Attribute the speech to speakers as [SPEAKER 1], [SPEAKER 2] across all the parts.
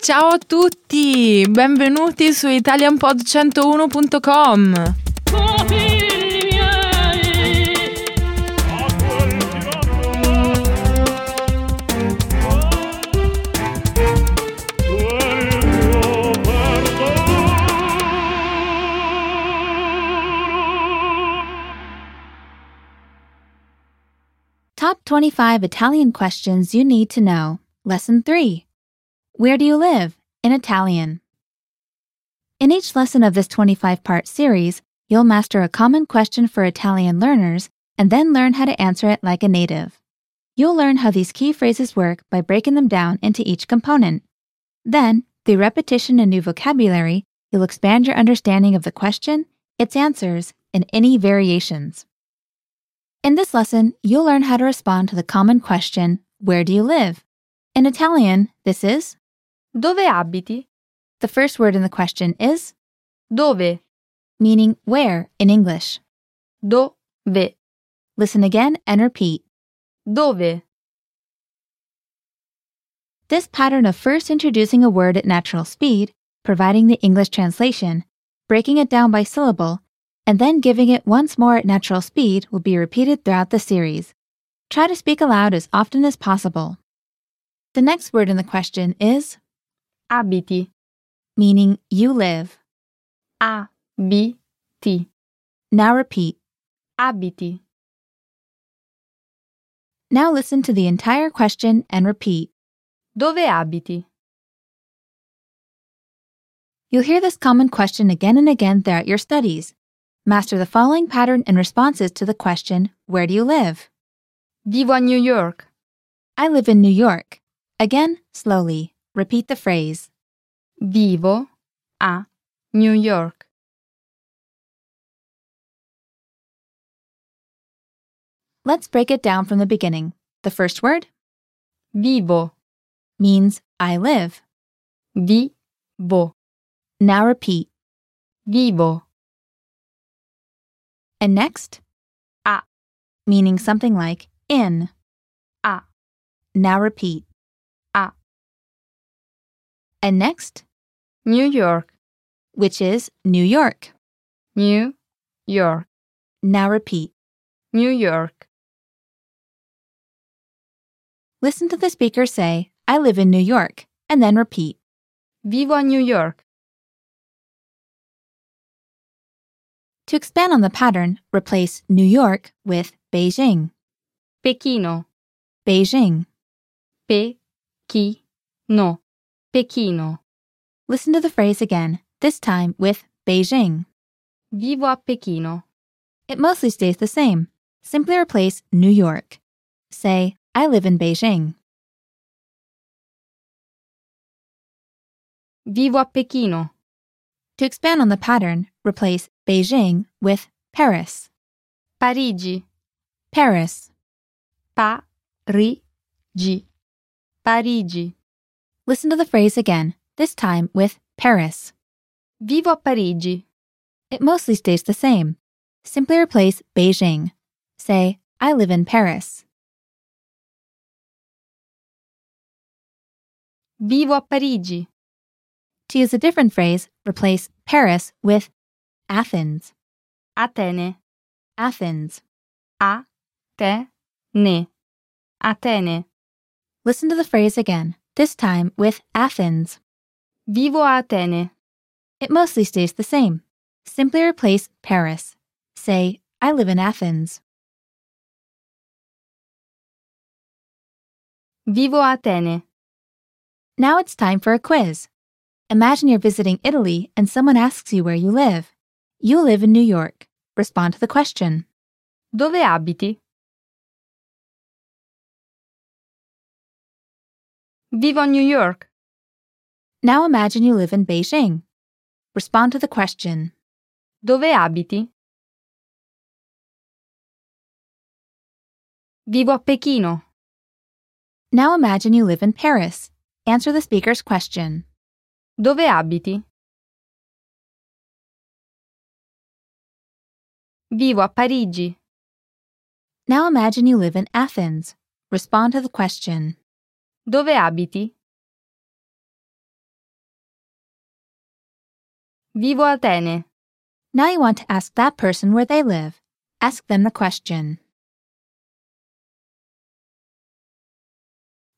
[SPEAKER 1] Ciao a tutti, benvenuti su italianpod101.com.
[SPEAKER 2] Confini miei,
[SPEAKER 3] Top 25 Italian questions you need to know. Lesson 3. Where do you live? In Italian. In each lesson of this 25 part series, you'll master a common question for Italian learners and then learn how to answer it like a native. You'll learn how these key phrases work by breaking them down into each component. Then, through repetition and new vocabulary, you'll expand your understanding of the question, its answers, and any variations. In this lesson, you'll learn how to respond to the common question, Where do you live? In Italian, this is
[SPEAKER 4] Dove abiti?
[SPEAKER 3] the first word in the question is,
[SPEAKER 4] Dove?
[SPEAKER 3] meaning where in English.
[SPEAKER 4] Dove?
[SPEAKER 3] Listen again and repeat.
[SPEAKER 4] Dove?
[SPEAKER 3] This pattern of first introducing a word at natural speed, providing the English translation, breaking it down by syllable, and then giving it once more at natural speed will be repeated throughout the series. Try to speak aloud as often as possible. The next word in the question is,
[SPEAKER 4] Abiti?
[SPEAKER 3] meaning you live.
[SPEAKER 4] A B T
[SPEAKER 3] Now repeat.
[SPEAKER 4] Abiti?
[SPEAKER 3] Now listen to the entire question and repeat.
[SPEAKER 4] Dove abiti?
[SPEAKER 3] You'll hear this common question again and again throughout your studies. Master the following pattern and responses to the question, Where do you live?
[SPEAKER 4] Vivo a New York.
[SPEAKER 3] I live in New York. Again, slowly. Repeat the phrase.
[SPEAKER 4] Vivo a New York.
[SPEAKER 3] Let's break it down from the beginning. The first word
[SPEAKER 4] Vivo.
[SPEAKER 3] means I live.
[SPEAKER 4] Vivo.
[SPEAKER 3] Now repeat.
[SPEAKER 4] Vivo.
[SPEAKER 3] And next,
[SPEAKER 4] A.
[SPEAKER 3] meaning something like in.
[SPEAKER 4] A.
[SPEAKER 3] Now repeat.
[SPEAKER 4] A.
[SPEAKER 3] And next,
[SPEAKER 4] New York.
[SPEAKER 3] which is New York.
[SPEAKER 4] New York.
[SPEAKER 3] Now repeat.
[SPEAKER 4] New York.
[SPEAKER 3] Listen to the speaker say, I live in New York, and then repeat.
[SPEAKER 4] Vivo a New York.
[SPEAKER 3] To expand on the pattern, replace New York with Beijing.
[SPEAKER 4] Pechino.
[SPEAKER 3] Beijing.
[SPEAKER 4] Pechino. Pechino.
[SPEAKER 3] Listen to the phrase again, this time with Beijing.
[SPEAKER 4] Vivo a Pechino.
[SPEAKER 3] It mostly stays the same. Simply replace New York. Say, I live in Beijing.
[SPEAKER 4] Vivo a Pechino.
[SPEAKER 3] To expand on the pattern, replace Beijing with Paris.
[SPEAKER 4] Parigi.
[SPEAKER 3] Paris.
[SPEAKER 4] Parigi. Parigi.
[SPEAKER 3] Listen to the phrase again, this time with Paris.
[SPEAKER 4] Vivo a Parigi.
[SPEAKER 3] It mostly stays the same. Simply replace Beijing. Say, I live in Paris.
[SPEAKER 4] Vivo a Parigi.
[SPEAKER 3] To use a different phrase, replace Paris with Athens.
[SPEAKER 4] Atene.
[SPEAKER 3] Athens.
[SPEAKER 4] A te ne. Atene.
[SPEAKER 3] Listen to the phrase again, this time with Athens.
[SPEAKER 4] Vivo a Atene.
[SPEAKER 3] It mostly stays the same. Simply replace Paris. Say, I live in Athens.
[SPEAKER 4] Vivo a Atene.
[SPEAKER 3] Now it's time for a quiz. Imagine you're visiting Italy and someone asks you where you live. You live in New York. Respond to the question.
[SPEAKER 4] Dove abiti? Vivo a New York.
[SPEAKER 3] Now imagine you live in Beijing. Respond to the question.
[SPEAKER 4] Dove abiti? Vivo a Pechino.
[SPEAKER 3] Now imagine you live in Paris. Answer the speaker's question.
[SPEAKER 4] Dove abiti? Vivo a Parigi.
[SPEAKER 3] Now imagine you live in Athens. Respond to the question.
[SPEAKER 4] Dove abiti? Vivo a Atene.
[SPEAKER 3] Now you want to ask that person where they live. Ask them the question.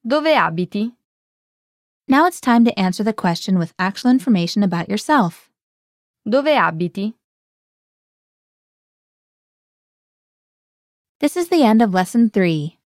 [SPEAKER 4] Dove abiti?
[SPEAKER 3] Now it's time to answer the question with actual information about yourself.
[SPEAKER 4] Dove abiti?
[SPEAKER 3] This is the end of lesson three.